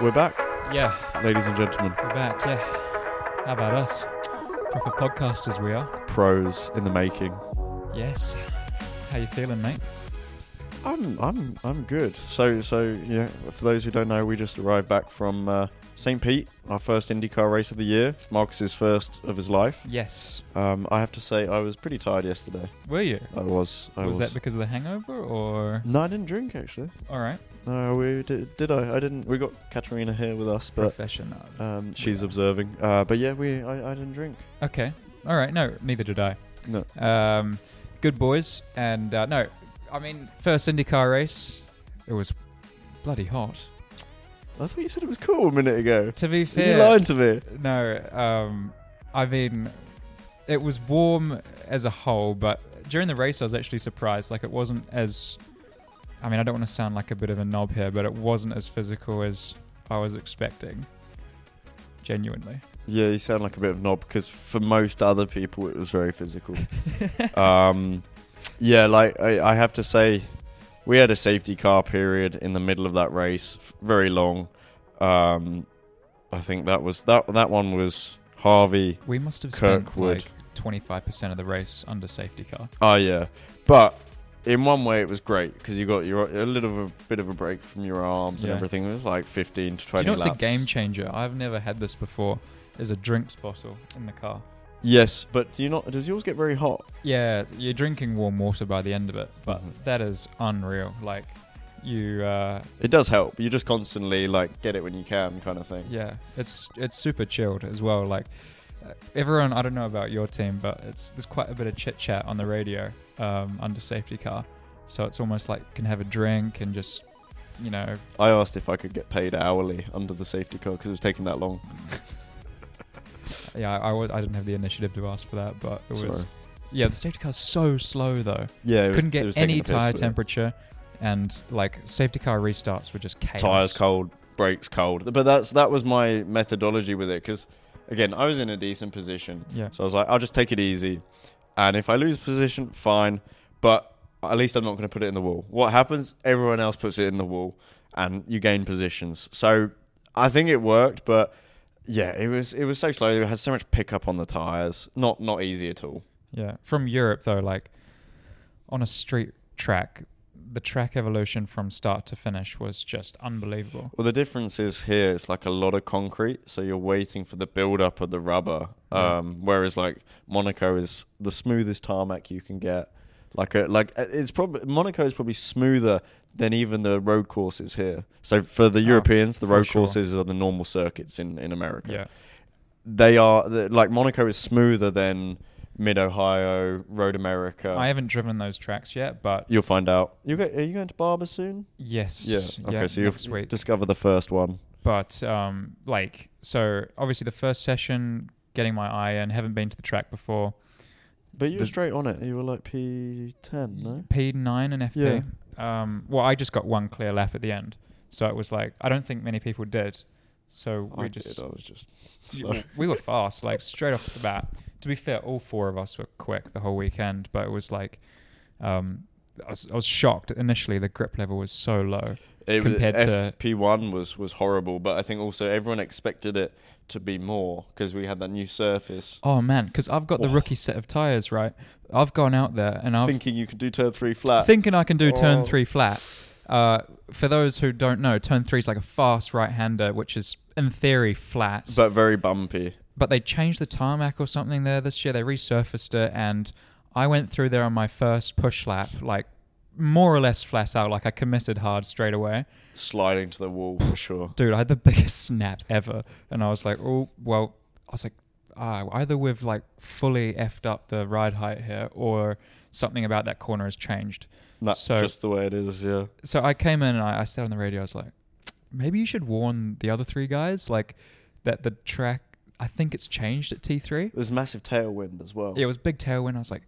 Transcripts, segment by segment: We're back, Yeah, ladies and gentlemen. we're back. Yeah. How about us? Proper podcasters we are. Pros in the making. Yes. How you feeling, mate? I'm I'm I'm good. So so yeah. For those who don't know, we just arrived back from uh, St. Pete, our first IndyCar race of the year. Marcus's first of his life. Yes. Um, I have to say, I was pretty tired yesterday. Were you? I was. Mm. I was that because of the hangover or? no, I didn't drink actually. All right. No, we did. Did I? I didn't. We got Katerina here with us, but Professional. um, she's Yeah. observing. Uh, but yeah, we. I, I didn't drink. Okay. All right. No, neither did I. No. Um, good boys, and uh, no, I mean first IndyCar race. It was bloody hot. I thought you said it was cool a minute ago. To be You fair, lying to me. No, um, I mean, it was warm as a whole, but during the race, I was actually surprised. Like, it wasn't as. I mean, I don't want to sound like a bit of a knob here, but it wasn't as physical as I was expecting. Genuinely. Yeah, you sound like a bit of a knob because for most other people, it was very physical. um, yeah, like I, I have to say, we had a safety car period in the middle of that race, f- very long. Um, I think that was that that one was Harvey. We must have spent Kirkwood. like 25% of the race under safety car. Oh yeah, but in one way it was great because you got your a little of a bit of a break from your arms Yeah. and everything. It was like fifteen to Do twenty. you know what's laps. a game changer? I've never had this before. Is a drinks bottle in the car. Yes, but do you not? Does yours get very hot? Yeah, you're drinking warm water by the end of it, but Mhm. that is unreal. Like, you, uh, It does help. You just constantly like get it when you can, kind of thing. yeah, it's it's super chilled as well. Like, uh, everyone, I don't know about your team, but it's there's quite a bit of chit chat on the radio um, under safety car, so it's almost like you can have a drink and just, you know, I asked if I could get paid hourly under the safety car because it was taking that long. yeah, I, I, wa- I didn't have the initiative to ask for that, but it was Sorry. yeah, the safety car's so slow though, Yeah, it was- couldn't it was get taking any the piss, tire but- temperature, and like safety car restarts were just chaos. Tires cold, brakes cold. But that's that was my methodology with it because, again, I was in a decent position, yeah. so I was like, I'll just take it easy, and if I lose position, fine, but at least I'm not going to put it in the wall. What happens? Everyone else puts it in the wall, and you gain positions. So I think it worked, but yeah, it was it was so slow. It had so much pickup on the tires. Not not easy at all. Yeah. From Europe though, like on a street track, the track evolution from start to finish was just unbelievable. Well, the difference is here it's like a lot of concrete, so you're waiting for the build up of the rubber. Yeah. Um, Whereas like Monaco is the smoothest tarmac you can get. Like a like uh, it's probably Monaco is probably smoother than even the road courses here. So for the Oh, Europeans, the for road sure. courses are the normal circuits in in America. Yeah. They are the, like Monaco is smoother than Mid Ohio, Road America. I haven't driven those tracks yet, but You'll find out. You go, are you going to Barber soon? yes. Yeah. Okay. so you'll next week. discover the first one. but um like so obviously the first session getting my eye in, haven't been to the track before. But you were The- straight on it. You were like P10, no? P nine and FP. Um well I just got one clear lap at the end. So it was like I don't think many people did. So we I just did. I was just. Y- slow. we were fast, like straight off the bat. To be fair, all four of us were quick the whole weekend, but it was like, um, I was, I was shocked initially. The grip level was so low. It compared was, to- FP1 was was horrible, but I think also everyone expected it to be more because we had that new surface. Oh man, because I've got the Wow. rookie set of tires, right? I've gone out there and I've thinking you could do turn three flat. thinking I can do turn Oh. three flat. Uh, for those who don't know, turn three is like a fast right-hander, which is in theory flat. but very bumpy. but they changed the tarmac or something there this year. They resurfaced it, and I went through there on my first push lap, like more or less flat out. Like I committed hard straight away, Sliding to the wall for sure. dude. I had the biggest snap ever, and I was like, oh well. I was like, ah, either we've like fully effed up the ride height here, or something about that corner has changed. That's So- just the way it is, yeah. So I came in and I, I said on the radio, I was like, maybe you should warn the other three guys, like that the track. I think it's changed at T three. There's massive tailwind as well. Yeah, it was big tailwind. I was like,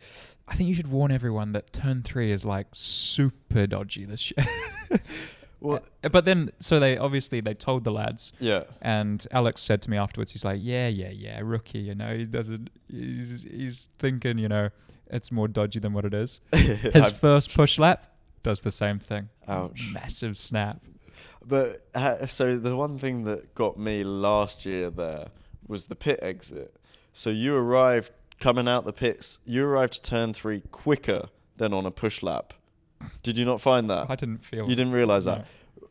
I think you should warn everyone that turn three is like super dodgy this year. Well, Uh, but then, so they obviously they told the lads, yeah. and Alex said to me afterwards, he's like, yeah, yeah, yeah, rookie, you know, he doesn't, he's, he's thinking, you know, it's more dodgy than what it is. His I've- first push lap does the same thing. Ouch. Massive snap. But ha- so the one thing that got me last year there was the pit exit. So you arrived coming out the pits. You arrived to turn three quicker than on a push lap. Did you not find that? I didn't feel. Uh, You didn't realize that.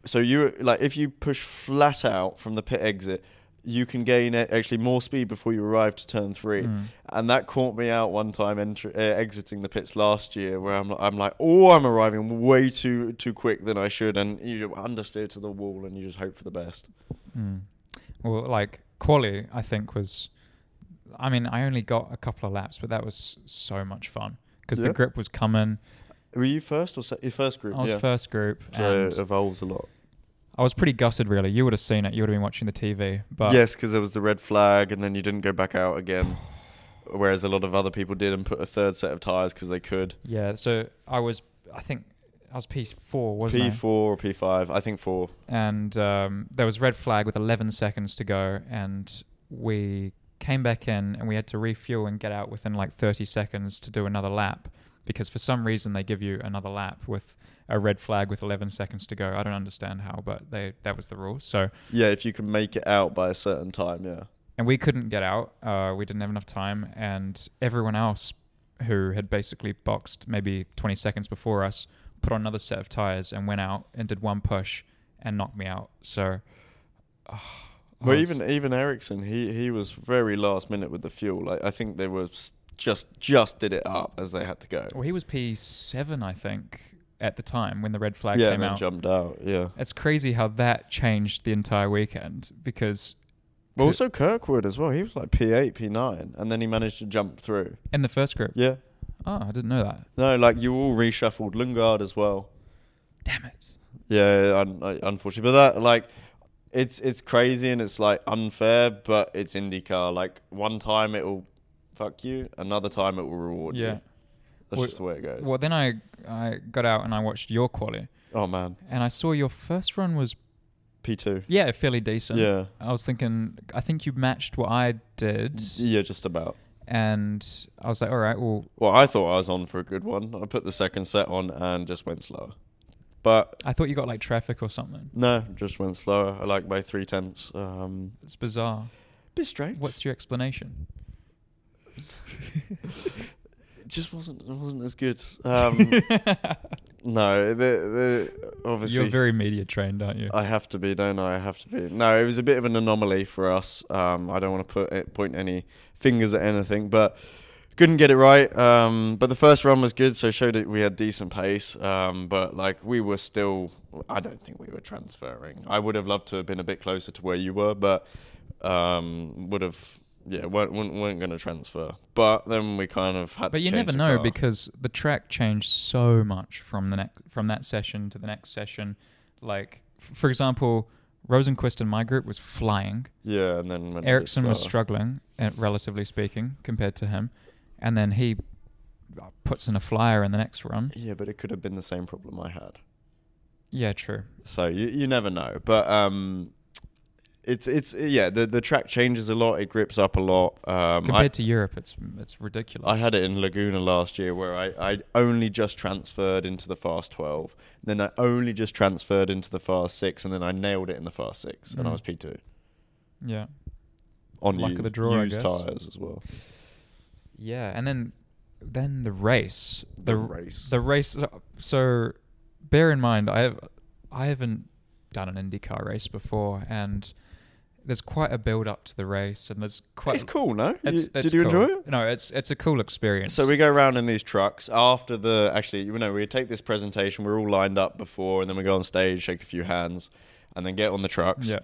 So you like if you push flat out from the pit exit, you can gain a- actually more speed before you arrive to turn three. Mm. And that caught me out one time entr- uh, exiting the pits last year, where I'm I'm like, oh, I'm arriving way too too quick than I should, and you understeer to the wall, and you just hope for the best. Mm. Well, like Quali, I think was. I mean, I only got a couple of laps, but that was so much fun because Yeah. the grip was coming. Were you first or se- your first group? I was yeah. first group, So uh, and it evolves a lot. I was pretty gutted. Really, you would have seen it. You would have been watching the TV, but yes, because there was the red flag, and then you didn't go back out again. Whereas a lot of other people did and put a third set of tires because they could. yeah. So I was, I think, I was P four, wasn't I? P4 or P5, I think four. and um, there was red flag with 11 seconds to go and we came back in and we had to refuel and get out within like 30 seconds to do another lap because for some reason they give you another lap with a red flag with 11 seconds to go i don't understand how but they that was the rule so Yeah, if you can make it out by a certain time, yeah. and we couldn't get out uh, we didn't have enough time and everyone else who had basically boxed maybe 20 seconds before us put on another set of tires and went out and did one push and knocked me out so ah, I Well, was- even uh, even Ericsson, he he was very last minute with the fuel. Like, I think they were s- just just did it up as they had to go. Well, he was P seven, I think, at the time when the red flag yeah, came and then out. jumped out. Yeah. It's crazy how that changed the entire weekend because, But also Kirkwood as well. He was like P eight, P nine, and then he managed to jump through. in the first group, Yeah. oh, I didn't know that. No, like you all reshuffled Lungard as well. Damn it! Yeah, un- uh, unfortunately, but that like it's it's crazy and it's like unfair, but it's IndyCar. Like one time it will fuck you, another time it will reward you. yeah. That's Well- just the way it goes. Well, then I I got out and I watched your quali, Oh man, and I saw your first run was P two. yeah fairly decent. Yeah, I was thinking, I think you matched what I did, yeah, just about. and I was like, all right, well, Well, I thought I was on for a good one. I put the second set on and just went slower, but I thought you got like traffic or something. no, just went slower. I like by three tenths. Um, It's bizarre. bit strange. What's your explanation? It just wasn't it wasn't as good. Um, no, the the obviously You're very media trained, aren't you? I have to be, don't I? I have to be. No, it was a bit of an anomaly for us. Um, I don't want to put it, point any fingers at anything, but couldn't get it right. Um, but the first run was good, so showed it we had decent pace. Um, but like we were still, I don't think we were transferring. I would have loved to have been a bit closer to where you were, but um, would have. Yeah, weren't, weren't, weren't going to transfer. But then we kind of had to but you change never the know car. because the track changed so much from the next from that session to the next session. Like f- for example, Rosenquist in my group was flying. Yeah, and then. went a bit Ericsson was slower. struggling, uh, relatively speaking, compared to him, and then he uh, puts in a flyer in the next run. Yeah, but it could have been the same problem I had. Yeah, true. So you, you never know, but um, it's it's yeah the the track changes a lot. It grips up a lot. Um, Compared I, to Europe, it's it's ridiculous. I had it in Laguna last year where I I only just transferred into the fast twelve, then I only just transferred into the fast six, and then I nailed it in the fast six, and I Mm. was P two yeah. on Luck u- of the draw, I used guess. tires as well. Yeah, and then then the race, the, The race. race, the race. uh, So bear in mind, I have I haven't done an IndyCar race before, and there's quite a build up to the race, and there's quite. it's cool, no? You- it's- it's did you cool. enjoy it? No, it's it's a cool experience. So we go around in these trucks after the actually, you know, we take this presentation. We're all lined up before, and then we go on stage, shake a few hands, and then get on the trucks. yeah,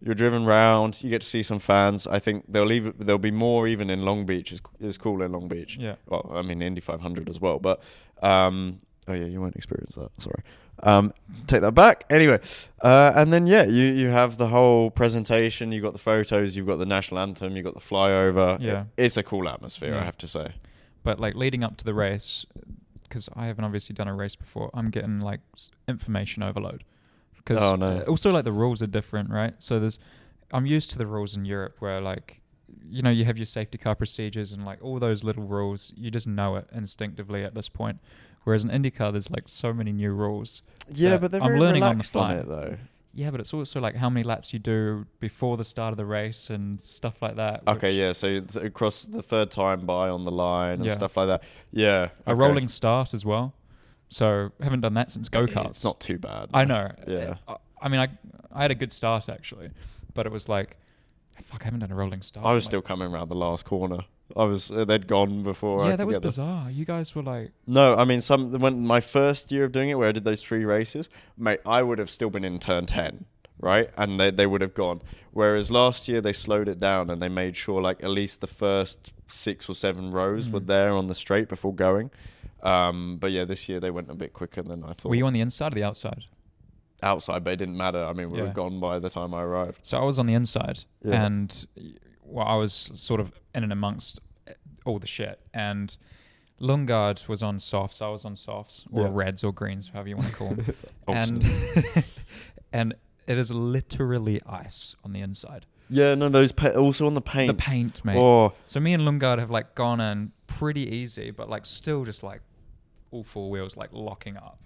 you're driven round. You get to see some fans. I think they'll leave. There'll be more even in Long Beach. It's, it's cool in Long Beach. yeah. Well, I mean Indy 500 as well. But um, oh yeah, you won't experience that. Sorry. Um, take that back. Anyway, uh, and then yeah, you you have the whole presentation. You have got the photos. You've got the national anthem. You have got the flyover. Yeah. It- it's a cool atmosphere. I Yeah. have to say. But like leading up to the race, because I haven't obviously done a race before, I'm getting like s- information overload. Because Oh, no. also like the rules are different, right? So there's, I'm used to the rules in Europe where like, you know, you have your safety car procedures and like all those little rules, you just know it instinctively at this point. Whereas in IndyCar, there's like so many new rules. Yeah, Yeah, but they're I'm very learning on the relaxed on, fly. it though. yeah, but it's also like how many laps you do before the start of the race and stuff like that. Okay, which- yeah. So th- across the third time by on the line and Yeah. stuff like that. Yeah, A okay. rolling start as well. So haven't done that since go Uh, It's karts. not too bad. I know. Yeah. I, I mean, I I had a good start actually, but it was like, fuck, I haven't done a rolling start. I was Like, still coming around the last corner. I was uh, they'd gone before. I Yeah, that could was get there. bizarre. You guys were like, No, I mean some when my first year of doing it, where I did those three races, mate, I would have still been in turn ten, right? And they they would have gone. Whereas last year they slowed it down and they made sure like at least the first six or seven rows were Mm. there on the straight before going. Um, but yeah, this year they went a bit quicker than I thought. were you on the inside or the outside? outside? But it didn't matter. I mean, we were Yeah. gone by the time I arrived. So I was on the inside, Yeah. and well, I was sort of in and amongst all the shit. And Lungard was on softs. I was on softs, or Yeah. reds, or greens, however you want to call them. and Options. and it is literally ice on the inside. yeah, no, those pa- also on the paint. The paint, mate. Oh, So me and Lungard have like gone in pretty easy, but like still just like all four wheels like locking up.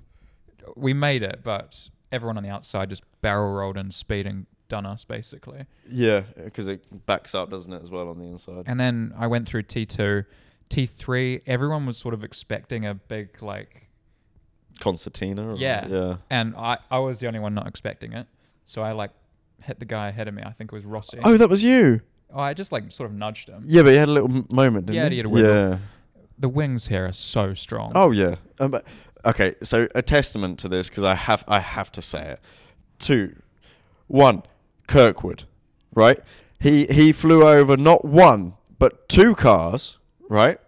We made it, but everyone on the outside just barrel rolled in speed and done us basically. yeah, because it backs up, doesn't it, as well on the inside? And then I went through T2, T3. Everyone was sort of expecting a big like Concertina. Or, yeah, yeah. And I I was the only one not expecting it, so I like hit the guy ahead of me. I think it was Rossi. Oh, that was you. Oh, I just like sort of nudged him. Yeah, but he had a little m- moment, didn't Yeah, he? he had a wiggle. Yeah. The wings here are so strong. Oh, yeah. Um, but- okay, so a testament to this because I have I have to say it. Two, one, Kirkwood, right? He he flew over not one but two cars, right?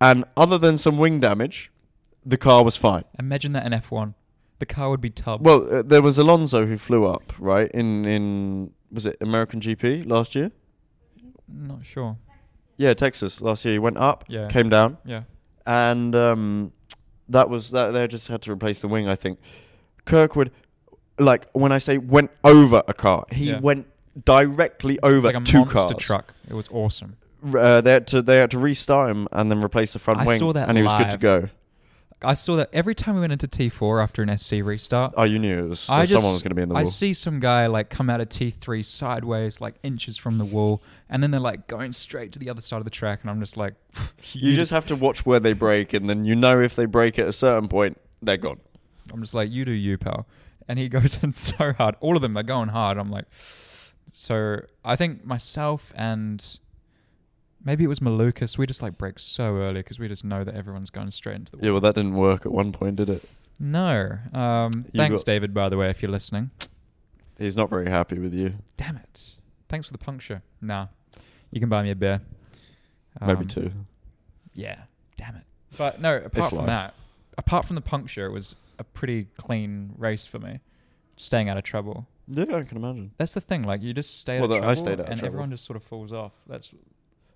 And other than some wing damage, the car was fine. Imagine that in F1. The car would be tubbed. Well, uh, there was Alonso who flew up, right? In in was it American GP last year? not sure. Yeah, Texas last year. He went up, Yeah. came down, Yeah. and um, that was that. They just had to replace the wing. I think Kirkwood, like when I say went over a car, he Yeah. went directly It's over like a two cars. monster truck. It was awesome. R- Uh, they had to they had to restart him and then replace the front I wing, saw that and he was good to go. live. I saw that every time we went into T4 after an SC restart. Oh, you knew it was, I just, someone was going to be in the I wall. see some guy like come out of T3 sideways, like inches from the wall, and then they're like going straight to the other side of the track, and I'm just like, You just have to watch where they break, and then you know if they break at a certain point, they're gone. I'm just like, you do you, pal. And he goes in so hard. All of them are going hard. I'm like, so I think myself and maybe it was Malukas, we just like break so early because we just know that everyone's going straight into the wall. Yeah, well, that didn't work at one point, did it? No. Um, You thanks, got- David, by the way, if you're listening. He's not very happy with you. Damn it. Thanks for the puncture. Nah. You can buy me a beer. Maybe Um, two. Yeah. Damn it. But no, apart from life. that, apart from the puncture, it was a pretty clean race for me. Staying out of trouble. Yeah, I can imagine. That's the thing. Like you just stay out Well, of the- I trouble, stayed out of and trouble. everyone just sort of falls off. That's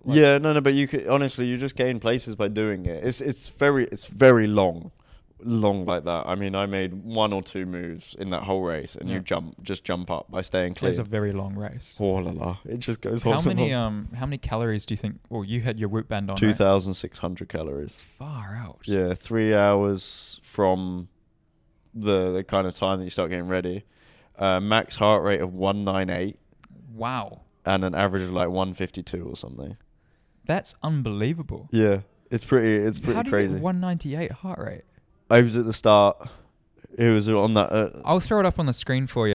like- yeah, no, no, but you could honestly, you just gain places by doing it. It's it's very it's very long, long like that. I mean, I made one or two moves in that whole race, and Yeah. you jump just jump up by staying clean. it's a very long race. oh la la! It just goes How on. many um how many calories do you think? Well, you had your root band on. Two right? thousand six hundred calories. Far out. Yeah, three hours from the the kind of time that you start getting ready. Uh, max heart rate of one nine eight Wow. and an average of like one fifty two or something. That's unbelievable. Yeah, it's pretty it's How pretty do crazy. you get 198 heart rate? I was at the start. It was on that. Uh, I'll throw it up on the screen for you.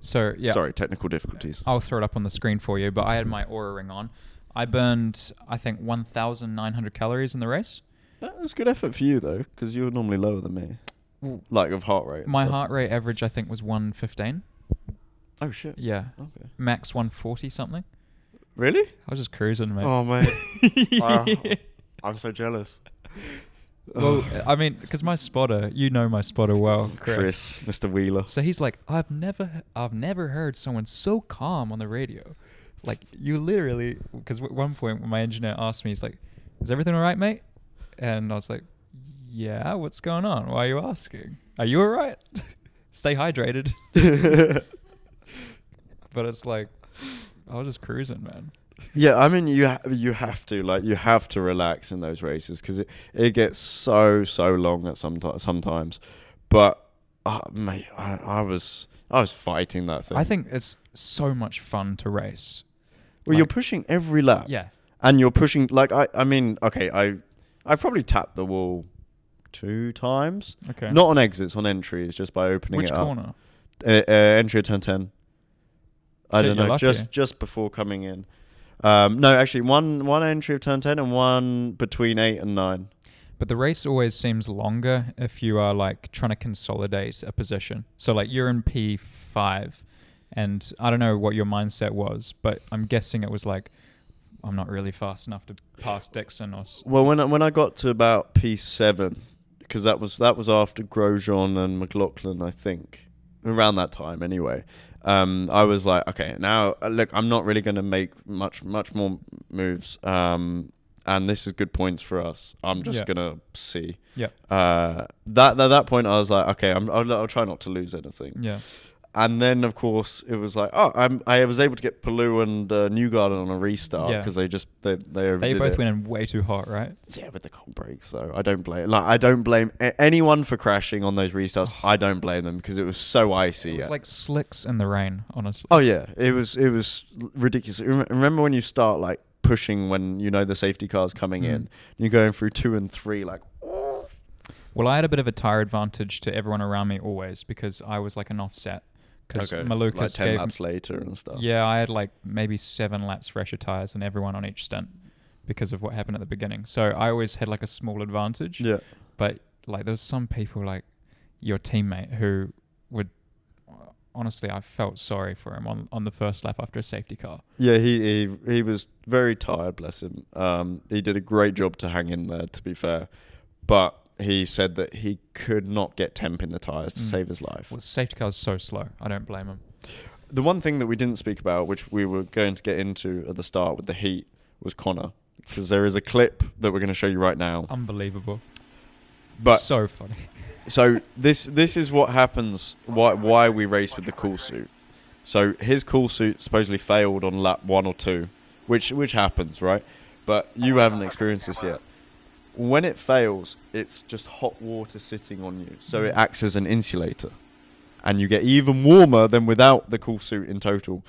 So yeah, Sorry, technical difficulties. I'll throw it up on the screen for you. But I had my aura ring on. I burned I think 1,900 calories in the race. That was good effort for you though, because you were normally lower than me, Well, like of heart rate. and my stuff. heart rate average I think was 115. Oh shit. Yeah, Okay. max 140 something. Really? I was just cruising, mate. Oh mate, Uh, I'm so jealous. well, Ugh. I mean, because my spotter, you know my spotter well, Chris. Chris, Mr. Wheeler. So he's like, I've never, I've never heard someone so calm on the radio. Like you literally, because at one point when my engineer asked me, he's like, "Is everything all right, mate?" And I was like, "Yeah, what's going on? Why are you asking? Are you all right? Stay hydrated." but it's like, I was just cruising, man. Yeah, I mean you ha- you have to like you have to relax in those races because it it gets so so long at some sometimes, but uh, mate, I, I was I was fighting that thing. I think it's so much fun to race. Well, you're like- pushing every lap. Yeah. and you're pushing like I I mean okay I I probably tapped the wall two times Okay. not on exits on entries just by opening Which it up corner? Uh, uh, entry at turn 10 I Shit, don't you're know lucky. just just before coming in um no actually one one entry of turn 10 and one between 8 and 9 But the race always seems longer if you are like trying to consolidate a position. So like you're in P five, and I don't know what your mindset was, but I'm guessing it was like, I'm not really fast enough to pass Dixon or. s- well when I, when I got to about P7 because that was that was after Grosjean and McLaughlin I think around that time anyway um, I was like, okay, now uh, look, I'm not really going to make much, much more moves. Um, and this is good points for us. I'm just Yeah. going to see. Yeah. Uh, that at that point, I was like, okay, I'm, I'll, I'll try not to lose anything. Yeah. And then, of course, it was like, oh, I'm, I was able to get Palou and uh, Newgarden on a restart Yeah. because they just they they They overdid both it. went in way too hot, right? Yeah, with the cold breaks though, I don't blame like I don't blame a- anyone for crashing on those restarts. I don't blame them because it was so icy. It was yeah. like slicks in the rain, honestly. Oh yeah, it was it was ridiculous. Rem- Remember when you start like pushing when you know the safety car's coming Mm. in, and you're going through two and three like. Well, I had a bit of a tire advantage to everyone around me always because I was like an offset. Because Malukas like ten gave laps later and stuff. Yeah, I had like maybe seven laps fresher tires than everyone on each stint because of what happened at the beginning. So I always had like a small advantage. yeah. But like there was some people like your teammate who would honestly I felt sorry for him on, on the first lap after a safety car. Yeah, he, he he was very tired, bless him. Um, he did a great job to hang in there, to be fair, but he said that he could not get temp in the tires to Mm. save his life. Well, the safety car is so slow. I don't blame him. The one thing that we didn't speak about, which we were going to get into at the start with the heat, was Connor, because there is a clip that we're going to show you right Oh, now. Unbelievable. But so funny. so this this is what happens why why we race with the cool suit so his cool suit supposedly failed on lap one or two which which happens right but you haven't experienced this yet when it fails it's just hot water sitting on you so it acts as an insulator and you get even warmer than without the cool suit in total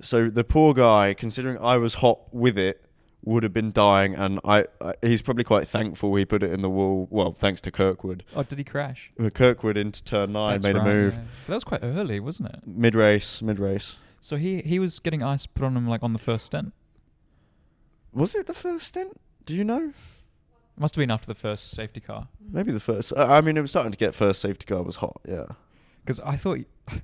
so the poor guy considering i was hot with it would have been dying and I, I he's probably quite thankful he put it in the wall well thanks to kirkwood Oh, did he crash? well, Kirkwood into turn nine That's made a right, move. yeah. But that was quite early, wasn't it? Mid race, mid race. So he he was getting ice put on him like on the first stint. Was it the first stint? Do you know? Must have been after the first safety car. Maybe the first. Uh, I mean, it was starting to get first safety car was hot. Yeah. Because I thought,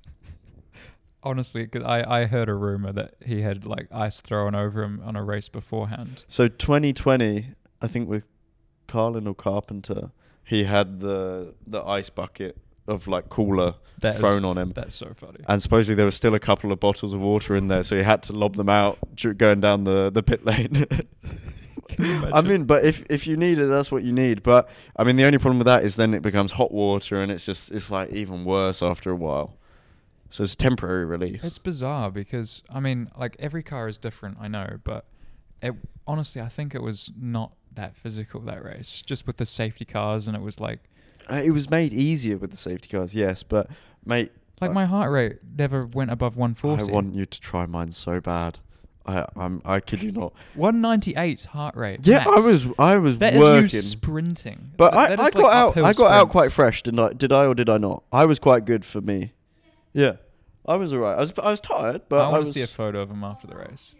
honestly, 'cause I, I heard a rumor that he had like ice thrown over him on a race beforehand. So 2020, I think with Carlin or Carpenter, he had the the ice bucket of like cooler That is- thrown on him. That's so funny. and supposedly there were still a couple of bottles of water in there, so he had to lob them out dur- going down the, the pit lane. Can you I imagine? mean, but if if you need it, that's what you need. But I mean, the only problem with that is then it becomes hot water, and it's just it's like even worse after a while. So it's a temporary relief. It's bizarre because I mean, like every car is different. I know, but it honestly, I think it was not that physical that race. Just with the safety cars, and it was like Uh, it was made easier with the safety cars, yes, but mate, like I- my heart rate never went above one I forty. want you to try mine so bad. I I'm I kid you not. one ninety eight heart rate. Yeah, I max. was I was That is working. you sprinting. But Th- I, I that got is like out I uphill got out sprints. quite fresh, didn't I? Did I or did I not? I was quite good for me. Yeah. I was alright. I was I was tired, but I I, want was to see a photo of him after the race.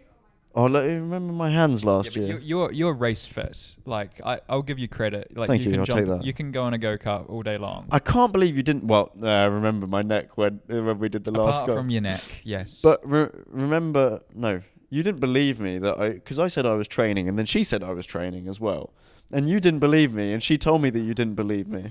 Oh, look, you remember my hands last yeah, year. but you- you're you're race fit. Like I, I'll give you credit. Like Thank you, can I'll jump, take that. You can go on a go kart all day long. I can't believe you didn't well, uh, I remember my neck when uh, when we did the Apart last goal. from your neck, yes. But re- remember no, you didn't believe me that I cuz I said I was training and then she said I was training as well. And you didn't believe me and she told me that you didn't believe me.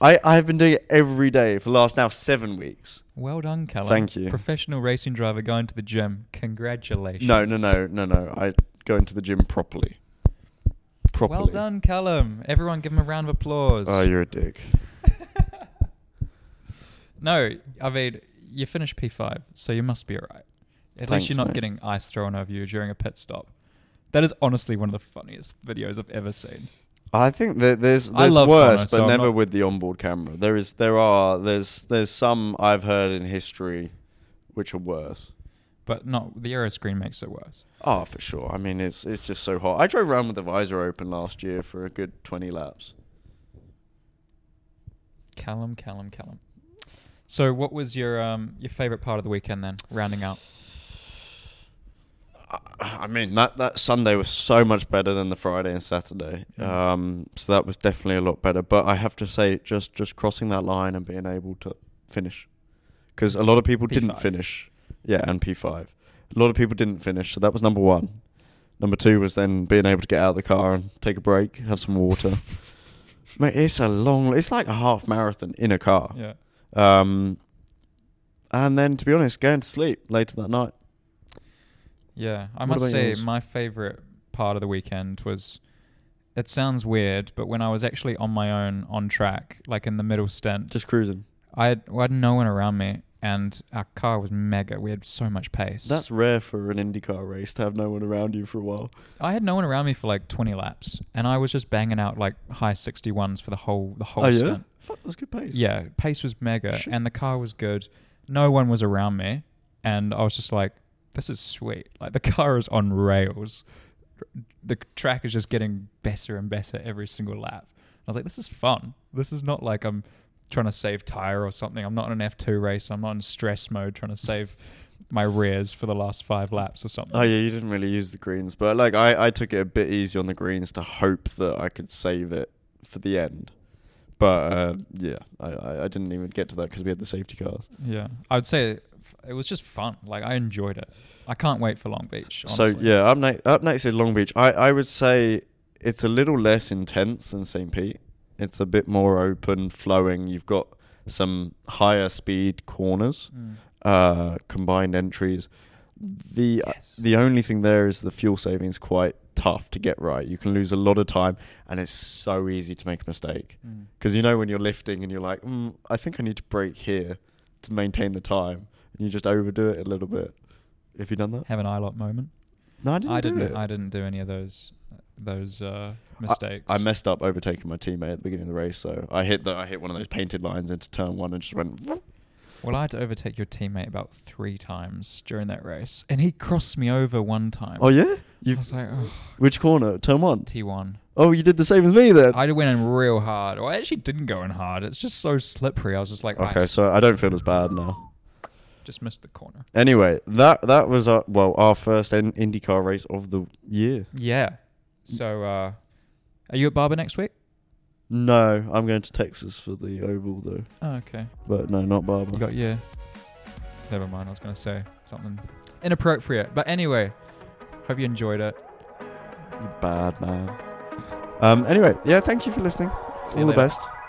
I I have been doing it every day for the last now 7 weeks. well done, Callum. Thank you. Professional racing driver going to the gym. Congratulations. No, no, no, no, no. I go into the gym properly. Properly. Well done, Callum. Everyone, give him a round of applause. Oh, you're a dick. no, I mean you finished P five, so you must be alright. At Thanks, least you're not mate. getting ice thrown over you during a pit stop. That is honestly one of the funniest videos I've ever seen. I think that there's I there's love worse, Connor, but so I'm never not- with the onboard camera. There is there are there's there's some I've heard in history which are worse. but not the aero screen makes it worse. Oh, for sure. I mean, it's it's just so hot. I drove around with the visor open last year for a good twenty laps. Callum, Callum, Callum. So, what was your um your favorite part of the weekend then? Rounding out. I mean that that Sunday was so much better than the Friday and Saturday. Mm. Um, so that was definitely a lot better. But I have to say, just just crossing that line and being able to finish, because a lot of people didn't P5. finish. Yeah, and P five, a lot of people didn't finish. So that was number one. Number two was then being able to get out of the car and take a break, have some water. Mate, it's a long. It's like a half marathon in a car. Yeah. Um, and then to be honest, going to sleep later that night. Yeah, I What must about say yours? my favorite part of the weekend was. It sounds weird, but when I was actually on my own on track, like in the middle stint, Just cruising. I had, I had no one around me, and our car was mega. We had so much pace. That's rare for an IndyCar race to have no one around you for a while. I had no one around me for like 20 laps, and I was just banging out like high 61s for the whole the whole oh yeah, stint. Fuck, that's good pace. Yeah, pace was mega, Shit. and the car was good. No one was around me, and I was just like, "This is sweet." Like the car is on rails. The track is just getting better and better every single lap. I was like, "This is fun. This is not like I'm trying to save tire or something. I'm not in an F2 race. I'm not in stress mode trying to save my rears for the last five laps or something." Oh yeah, you didn't really use the greens, but like I, I took it a bit easy on the greens to hope that I could save it for the end. But uh, yeah, I, I, I didn't even get to that because we had the safety cars. Yeah, I would say it was just fun. Like I enjoyed it. I can't wait for Long Beach. So honestly. yeah, up next, up next is Long Beach. I, I would say it's a little less intense than St. Pete. It's a bit more open, flowing. You've got some higher speed corners. Mm. uh, combined entries. The uh, Yes. the only thing there is the fuel savings quite tough to get right. You can lose a lot of time, and it's so easy to make a mistake Mm. because you know when you're lifting and you're like, mm, I think I need to brake here to maintain the time, and you just overdo it a little bit. Have you done that? Have an eye lot moment. No, I didn't. I do didn't. it. I didn't do any of those those I- uh, mistakes. I messed up overtaking my teammate at the beginning of the race, so I hit the I hit one of those painted lines into turn one and just went. Well, I had to overtake your teammate about three times during that race, and he crossed me over one time. Oh yeah, I was like, oh, which corner? Turn one. T1. Oh, you did the same as me then. I went in real hard. Well, I actually didn't go in hard. It's just so slippery. I was just like, Okay, I so I don't feel as bad now. just missed the corner. Anyway, that that was our well our first in- IndyCar race of the year. Yeah. So, uh, are you at Barber next week? No, I'm going to Texas for the Oval though, Oh, okay. but no, not You Barber. got your. Never mind. I was going to say something inappropriate. But anyway, hope you enjoyed it. You bad man. Um. Anyway, yeah. Thank you for listening. See you All the later. best.